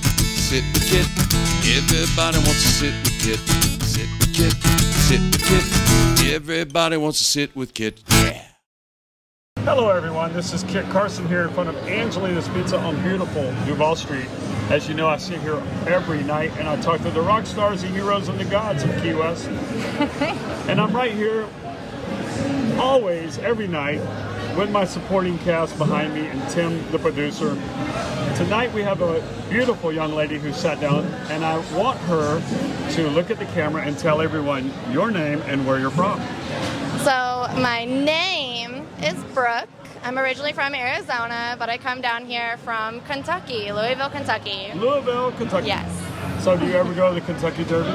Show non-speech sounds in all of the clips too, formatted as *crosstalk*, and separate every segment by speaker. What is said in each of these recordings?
Speaker 1: sit with Kit. Everybody wants to sit with Kit. Sit with Kit. Sit with Kit. Everybody wants to sit with Kit. Yeah.
Speaker 2: Hello, everyone. This is Kit Carson here in front of Angelina's Pizza on beautiful Duval Street. As you know, I sit here every night and I talk to the rock stars, the heroes, and the gods of Key West. and I'm right here always, every night, with my supporting cast behind me and Tim, the producer. Tonight we have a beautiful young lady who sat down, and I want her to look at the camera and tell everyone your name and where you're from.
Speaker 3: So my name is Brooke. I'm originally from Arizona, but I come down here from Kentucky, Louisville, Kentucky.
Speaker 2: Louisville, Kentucky.
Speaker 3: Yes.
Speaker 2: So do you ever go to the Kentucky Derby?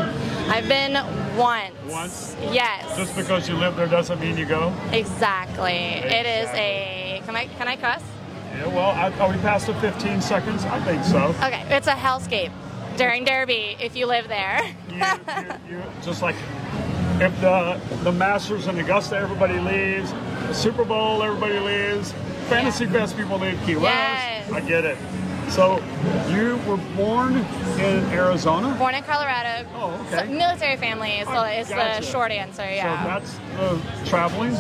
Speaker 3: I've been once.
Speaker 2: Once?
Speaker 3: Yes.
Speaker 2: Just because you live there doesn't mean you go?
Speaker 3: Exactly. It is a can I can I cuss?
Speaker 2: Yeah, well, I, are we past the 15 seconds? I think so.
Speaker 3: Okay, it's a hellscape during Derby if you live there.
Speaker 2: *laughs* you, you, you, just like if the the Masters in Augusta, everybody leaves. The Super Bowl, everybody leaves. Fantasy Fest, people leave Key West.
Speaker 3: Yes.
Speaker 2: I get it. So you were born in Arizona.
Speaker 3: Born in Colorado.
Speaker 2: Oh, okay.
Speaker 3: So- military family is,
Speaker 2: Oh,
Speaker 3: the, is
Speaker 2: gotcha.
Speaker 3: the short answer, yeah. Mm-hmm.
Speaker 2: So that's the traveling.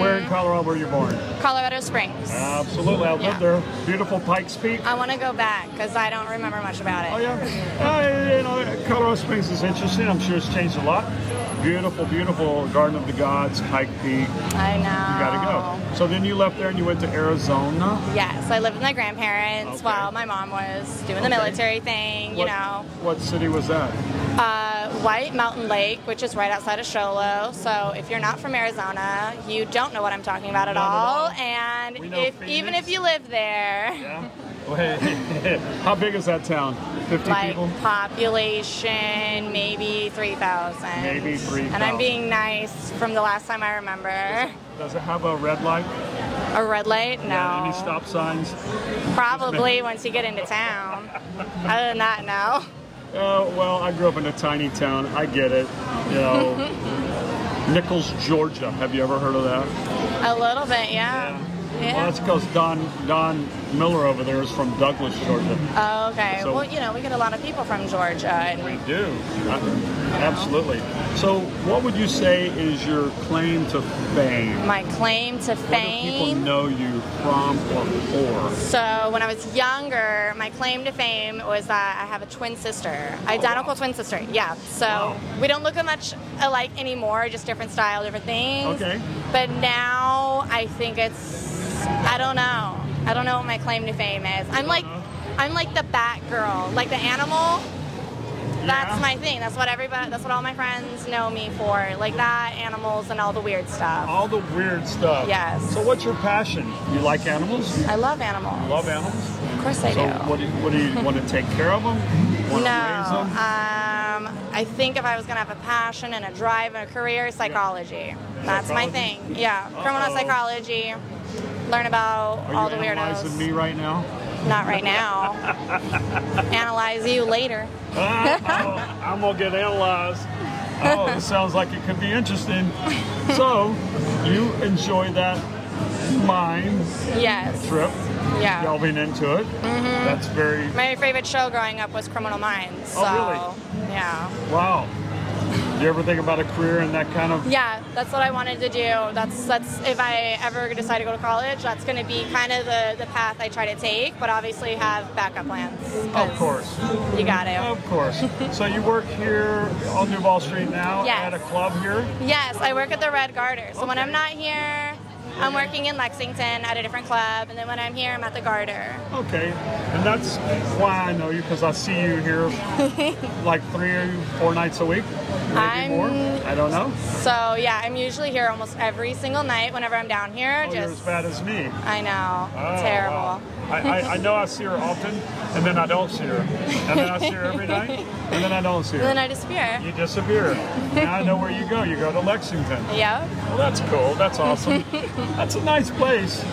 Speaker 2: Where in Colorado were you born?
Speaker 3: Colorado Springs.
Speaker 2: Oh. Absolutely, I
Speaker 3: Yeah.
Speaker 2: lived there. Beautiful Pikes Peak.
Speaker 3: I want to go back because I don't remember much about it.
Speaker 2: Oh yeah, uh, you know, Colorado Springs is interesting. I'm sure it's changed a lot. Beautiful, beautiful Garden of the Gods, Pike Peak.
Speaker 3: I know.
Speaker 2: You gotta go. So then you left there and you went to Arizona.
Speaker 3: Yes, I lived with my grandparents
Speaker 2: Okay.
Speaker 3: while my mom was doing
Speaker 2: Okay.
Speaker 3: the military thing, you
Speaker 2: What-
Speaker 3: know.
Speaker 2: What city was that?
Speaker 3: Uh, White Mountain Lake, which is right outside of Sholo. So if you're not from Arizona, you don't know what I'm talking about at,
Speaker 2: Not at
Speaker 3: all.
Speaker 2: all.
Speaker 3: And
Speaker 2: We know
Speaker 3: if, even
Speaker 2: Phoenix.
Speaker 3: if you live there,
Speaker 2: Yeah. Wait. *laughs* How big is that town? 50
Speaker 3: like
Speaker 2: people?
Speaker 3: population maybe 3,000.
Speaker 2: Maybe
Speaker 3: And
Speaker 2: 3,000.
Speaker 3: I'm being nice from the last time I remember.
Speaker 2: Does it have a red light?
Speaker 3: A red light? No.
Speaker 2: Yeah, Any stop signs? *laughs*
Speaker 3: Probably once you get into town. Other than that, no.
Speaker 2: Uh, well, I grew up in a tiny town. I get it. You know,
Speaker 3: *laughs*
Speaker 2: Nichols, Georgia. Have you ever heard of that?
Speaker 3: A little bit, yeah.
Speaker 2: Well, that's because Don Don Miller over there is from Douglas, Georgia.
Speaker 3: Oh, okay.
Speaker 2: So-
Speaker 3: well, you know, we get a lot of people from Georgia, and
Speaker 2: We do. Absolutely. So, what would you say is your claim to fame?
Speaker 3: my claim
Speaker 2: Where
Speaker 3: to
Speaker 2: do people
Speaker 3: fame.
Speaker 2: know you from or for?
Speaker 3: So when I was younger, my claim to fame was that I have a twin sister, identical twin sister. Yeah. So
Speaker 2: Oh, Wow.
Speaker 3: we don't look much alike anymore, just different style, different things.
Speaker 2: Okay.
Speaker 3: But now I think it's I don't know. I don't know what my claim to fame is. I'm like
Speaker 2: know.
Speaker 3: I'm like the bat girl, like the animal. That's
Speaker 2: Yeah.
Speaker 3: my thing. That's what everybody. That's what all my friends know me for, like that, animals, and all the weird stuff.
Speaker 2: All the weird stuff.
Speaker 3: Yes.
Speaker 2: So, what's your passion? You like animals? You
Speaker 3: I love animals.
Speaker 2: love animals?
Speaker 3: Of course I
Speaker 2: so,
Speaker 3: do.
Speaker 2: what do you, what do you want to take care of them? Want
Speaker 3: no,
Speaker 2: to raise them?
Speaker 3: um, I think if I was gonna have a passion and a drive and a career, psychology. That's my
Speaker 2: Psychology?
Speaker 3: thing. Yeah,
Speaker 2: Uh-oh.
Speaker 3: criminal psychology. Learn about
Speaker 2: Are
Speaker 3: all the
Speaker 2: you
Speaker 3: weirdos.
Speaker 2: analyzing me right now?
Speaker 3: Not
Speaker 2: *laughs*
Speaker 3: right now. Analyze you later.
Speaker 2: Uh, oh, I'm gonna get analyzed. Oh, this sounds like it could be interesting. So, you enjoy that mind
Speaker 3: Yes.
Speaker 2: trip,
Speaker 3: Yeah.
Speaker 2: delving into it.
Speaker 3: Mm-hmm.
Speaker 2: That's very
Speaker 3: My favorite show growing up was Criminal Minds. So,
Speaker 2: Oh,
Speaker 3: Yeah.
Speaker 2: wow. You ever think about a career in that kind of?
Speaker 3: Yeah, that's what I wanted to do. That's that's if I ever decide to go to college, that's going to be kind of the, the path I try to take, but obviously have backup plans. 'cause
Speaker 2: Of course,
Speaker 3: You got to.
Speaker 2: of course. so you work here on Duval Street now
Speaker 3: Yes.
Speaker 2: at a club here.
Speaker 3: Yes, I work at the Red Garter. So when I'm not here, I'm working in Lexington at a different club, and then when I'm here, I'm at the Garter.
Speaker 2: Okay, and that's why I know you because I see you
Speaker 3: *laughs*
Speaker 2: here like three or four nights a week, maybe
Speaker 3: I'm-
Speaker 2: more. I don't know.
Speaker 3: So yeah, I'm usually here almost every single night whenever I'm down here.
Speaker 2: Oh, you're as
Speaker 3: just
Speaker 2: bad as me.
Speaker 3: I know,
Speaker 2: Oh,
Speaker 3: terrible.
Speaker 2: wow. I, I, I know I see her often, and then I don't see her. And then I see her every night, and then I don't see her.
Speaker 3: And then I disappear.
Speaker 2: you disappear. now I know where you go. You go to Lexington.
Speaker 3: Yep.
Speaker 2: Well, that's cool. That's awesome. that's a nice place.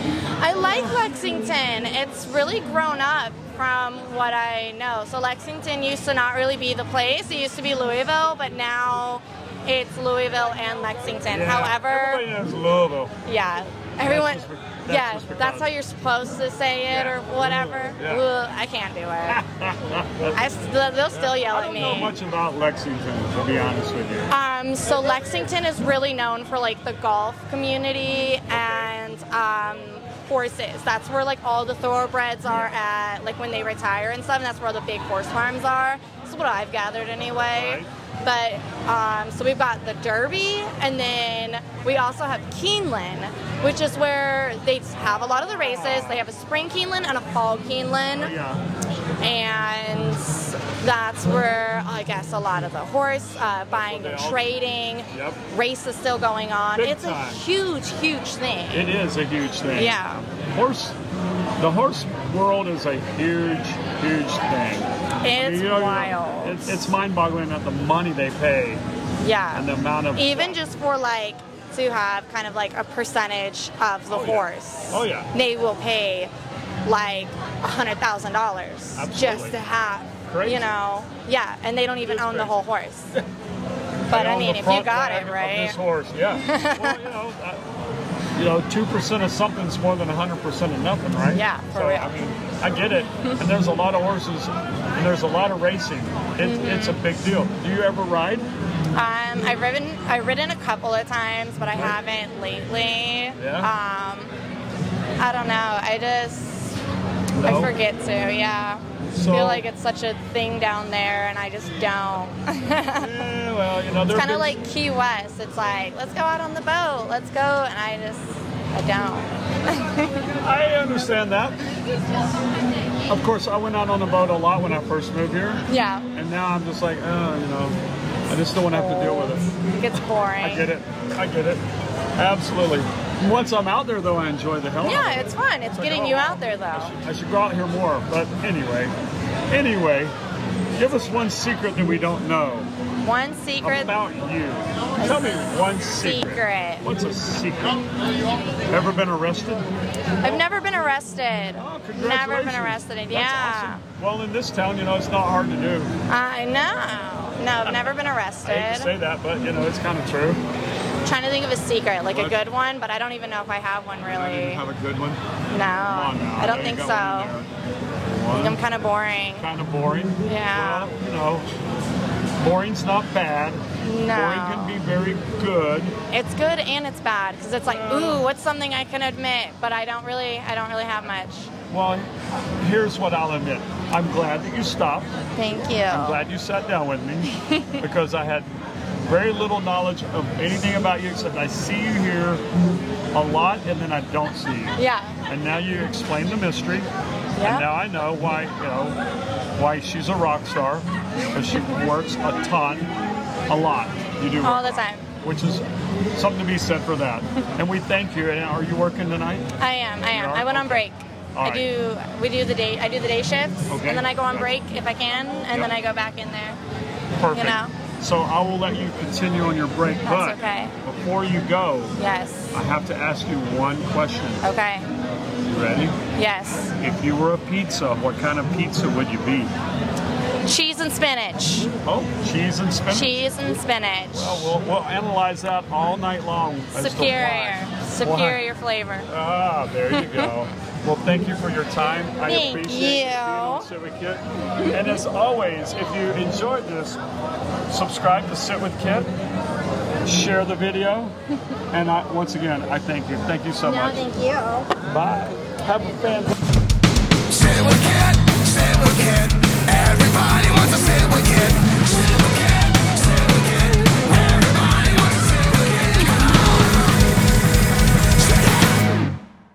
Speaker 3: I like Lexington. It's really grown up from what I know. So Lexington used to not really be the place. It used to be Louisville, but now it's Louisville and Lexington.
Speaker 2: Yeah.
Speaker 3: However,
Speaker 2: everybody knows Louisville.
Speaker 3: yeah, everyone.
Speaker 2: That's just-
Speaker 3: yeah,
Speaker 2: Mr.
Speaker 3: that's how
Speaker 2: Cosby.
Speaker 3: you're supposed to say it or whatever.
Speaker 2: Yeah.
Speaker 3: Ugh, I can't do it.
Speaker 2: *laughs*
Speaker 3: I st- they'll still yell
Speaker 2: I
Speaker 3: at
Speaker 2: don't
Speaker 3: me.
Speaker 2: know much about Lexington, to be honest with you.
Speaker 3: Um, so Lexington is really known for like the golf community and um, horses. That's where like all the thoroughbreds are at, like when they retire and stuff. And that's where the big horse farms are. That's what I've gathered anyway. But um, so we've got the Derby, and then we also have Keeneland, which is where they have a lot of the races. They have a spring Keeneland and a fall Keeneland
Speaker 2: Yeah.
Speaker 3: and that's where I guess a lot of the horse uh, buying and
Speaker 2: Well, they all-
Speaker 3: trading
Speaker 2: Yep.
Speaker 3: race is still going on.
Speaker 2: Big
Speaker 3: it's
Speaker 2: time.
Speaker 3: a huge, huge thing.
Speaker 2: It is a huge thing.
Speaker 3: yeah,
Speaker 2: Horse, the horse world is a huge, huge thing. I
Speaker 3: it's
Speaker 2: mean, you know,
Speaker 3: wild.
Speaker 2: it- it's mind-boggling at the money they pay
Speaker 3: yeah,
Speaker 2: and the amount of
Speaker 3: even just for like to have kind of like a percentage of the
Speaker 2: Oh, yeah.
Speaker 3: horse.
Speaker 2: Oh, yeah.
Speaker 3: they will pay like a hundred thousand dollars
Speaker 2: Absolutely.
Speaker 3: just to have.
Speaker 2: Crazy.
Speaker 3: You know, yeah, and they don't even
Speaker 2: is
Speaker 3: own the
Speaker 2: crazy.
Speaker 3: whole horse.
Speaker 2: *laughs* They
Speaker 3: But I
Speaker 2: own the
Speaker 3: mean, if you
Speaker 2: front
Speaker 3: got
Speaker 2: leg
Speaker 3: it
Speaker 2: of
Speaker 3: right,
Speaker 2: This horse, yeah.
Speaker 3: *laughs*
Speaker 2: well, you know, uh, you know, two percent of something's more than hundred percent of nothing, right?
Speaker 3: Yeah, for
Speaker 2: so,
Speaker 3: real.
Speaker 2: I mean, I get it. and there's a lot of horses, and there's a lot of racing. It,
Speaker 3: Mm-hmm.
Speaker 2: It's a big deal. Do you ever ride?
Speaker 3: Um, I've ridden I've ridden a couple of times, but I haven't lately.
Speaker 2: Yeah?
Speaker 3: Um, I don't know. I just I forget to. Yeah.
Speaker 2: So-
Speaker 3: I feel like it's such a thing down there, and I just don't. *laughs*
Speaker 2: Yeah, well, you know,
Speaker 3: it's
Speaker 2: there's
Speaker 3: kind of like Key West. It's like let's go out on the boat. Let's go, and I just I don't.
Speaker 2: I understand that. Of course, I went out on the boat a lot when I first moved here,
Speaker 3: Yeah.
Speaker 2: and now I'm just like, oh, you know, I just don't want to have to deal with it.
Speaker 3: It gets boring.
Speaker 2: I get it. I get it. Absolutely. Once I'm out there, though, I enjoy the hell out of
Speaker 3: Yeah,
Speaker 2: it.
Speaker 3: it's fun. It's
Speaker 2: like,
Speaker 3: getting
Speaker 2: oh,
Speaker 3: you
Speaker 2: wow.
Speaker 3: out there though.
Speaker 2: I should go out here more, but anyway. Anyway, give us one secret that we don't know
Speaker 3: One secret.
Speaker 2: about you. Tell me one secret.
Speaker 3: Secret.
Speaker 2: What's a secret? Ever been arrested?
Speaker 3: I've never been arrested.
Speaker 2: Oh, congratulations.
Speaker 3: never been arrested.
Speaker 2: That's
Speaker 3: yeah.
Speaker 2: awesome. Well, in this town, you know, it's not hard to do.
Speaker 3: I know. No, I've never been
Speaker 2: I hate to say
Speaker 3: arrested.
Speaker 2: that, but, you know, it's kind of true.
Speaker 3: trying to think of a secret, like a
Speaker 2: Okay.
Speaker 3: good one, but I don't even know if I have one
Speaker 2: I didn't
Speaker 3: really.
Speaker 2: have a good one.
Speaker 3: No,
Speaker 2: Come on now.
Speaker 3: Uh, I
Speaker 2: know
Speaker 3: don't
Speaker 2: you
Speaker 3: think so.
Speaker 2: got
Speaker 3: I
Speaker 2: One
Speaker 3: think I'm kind of boring.
Speaker 2: kind of boring.
Speaker 3: Yeah.
Speaker 2: Well, you know, boring's not bad. Boring can
Speaker 3: No,
Speaker 2: be very good.
Speaker 3: it's good and it's bad because it's like, ooh, what's something I can admit, but I don't really, I don't really have much.
Speaker 2: Well, here's what I'll admit. I'm glad that you stopped.
Speaker 3: Thank
Speaker 2: I'm
Speaker 3: you.
Speaker 2: glad you sat down with
Speaker 3: *laughs*
Speaker 2: me because I had very little knowledge of anything about you except I see you here a lot and then I don't see you.
Speaker 3: Yeah.
Speaker 2: And now you explain the mystery. And
Speaker 3: Yeah.
Speaker 2: now I know why, you know, why she's a rock star. Because she works a ton, a lot. You do
Speaker 3: All
Speaker 2: work
Speaker 3: the
Speaker 2: a lot,
Speaker 3: time.
Speaker 2: Which is something to be said for that. and we thank you. And are you working tonight?
Speaker 3: I am. I am.
Speaker 2: are?
Speaker 3: I went on break.
Speaker 2: All
Speaker 3: I do. We do the day. I do the day shifts,
Speaker 2: Okay.
Speaker 3: and then I go on
Speaker 2: Yep.
Speaker 3: break if I can,
Speaker 2: Yep.
Speaker 3: and then I go back in there.
Speaker 2: Perfect.
Speaker 3: You know.
Speaker 2: So I will let you continue on your break. but
Speaker 3: That's okay.
Speaker 2: before you go,
Speaker 3: Yes.
Speaker 2: I have to ask you one question.
Speaker 3: Okay.
Speaker 2: You ready?
Speaker 3: Yes.
Speaker 2: If you were a pizza, what kind of pizza would you be?
Speaker 3: Cheese and spinach.
Speaker 2: Oh, cheese and spinach.
Speaker 3: Cheese and spinach.
Speaker 2: Oh, we'll, we'll analyze that all night long. as to
Speaker 3: Superior.
Speaker 2: why.
Speaker 3: Superior flavor.
Speaker 2: Why? Ah, there you
Speaker 3: *laughs*
Speaker 2: go. well, thank you for your time. I
Speaker 3: Thank
Speaker 2: appreciate
Speaker 3: you.
Speaker 2: being on Sit with Kit. And as always, if you enjoyed this, subscribe to Sit with Kit. Share the video, and I, once again, I thank you. Thank you so much.
Speaker 3: you.
Speaker 2: Bye. Have a fantastic.
Speaker 4: Sit with Kit, sit with Kit,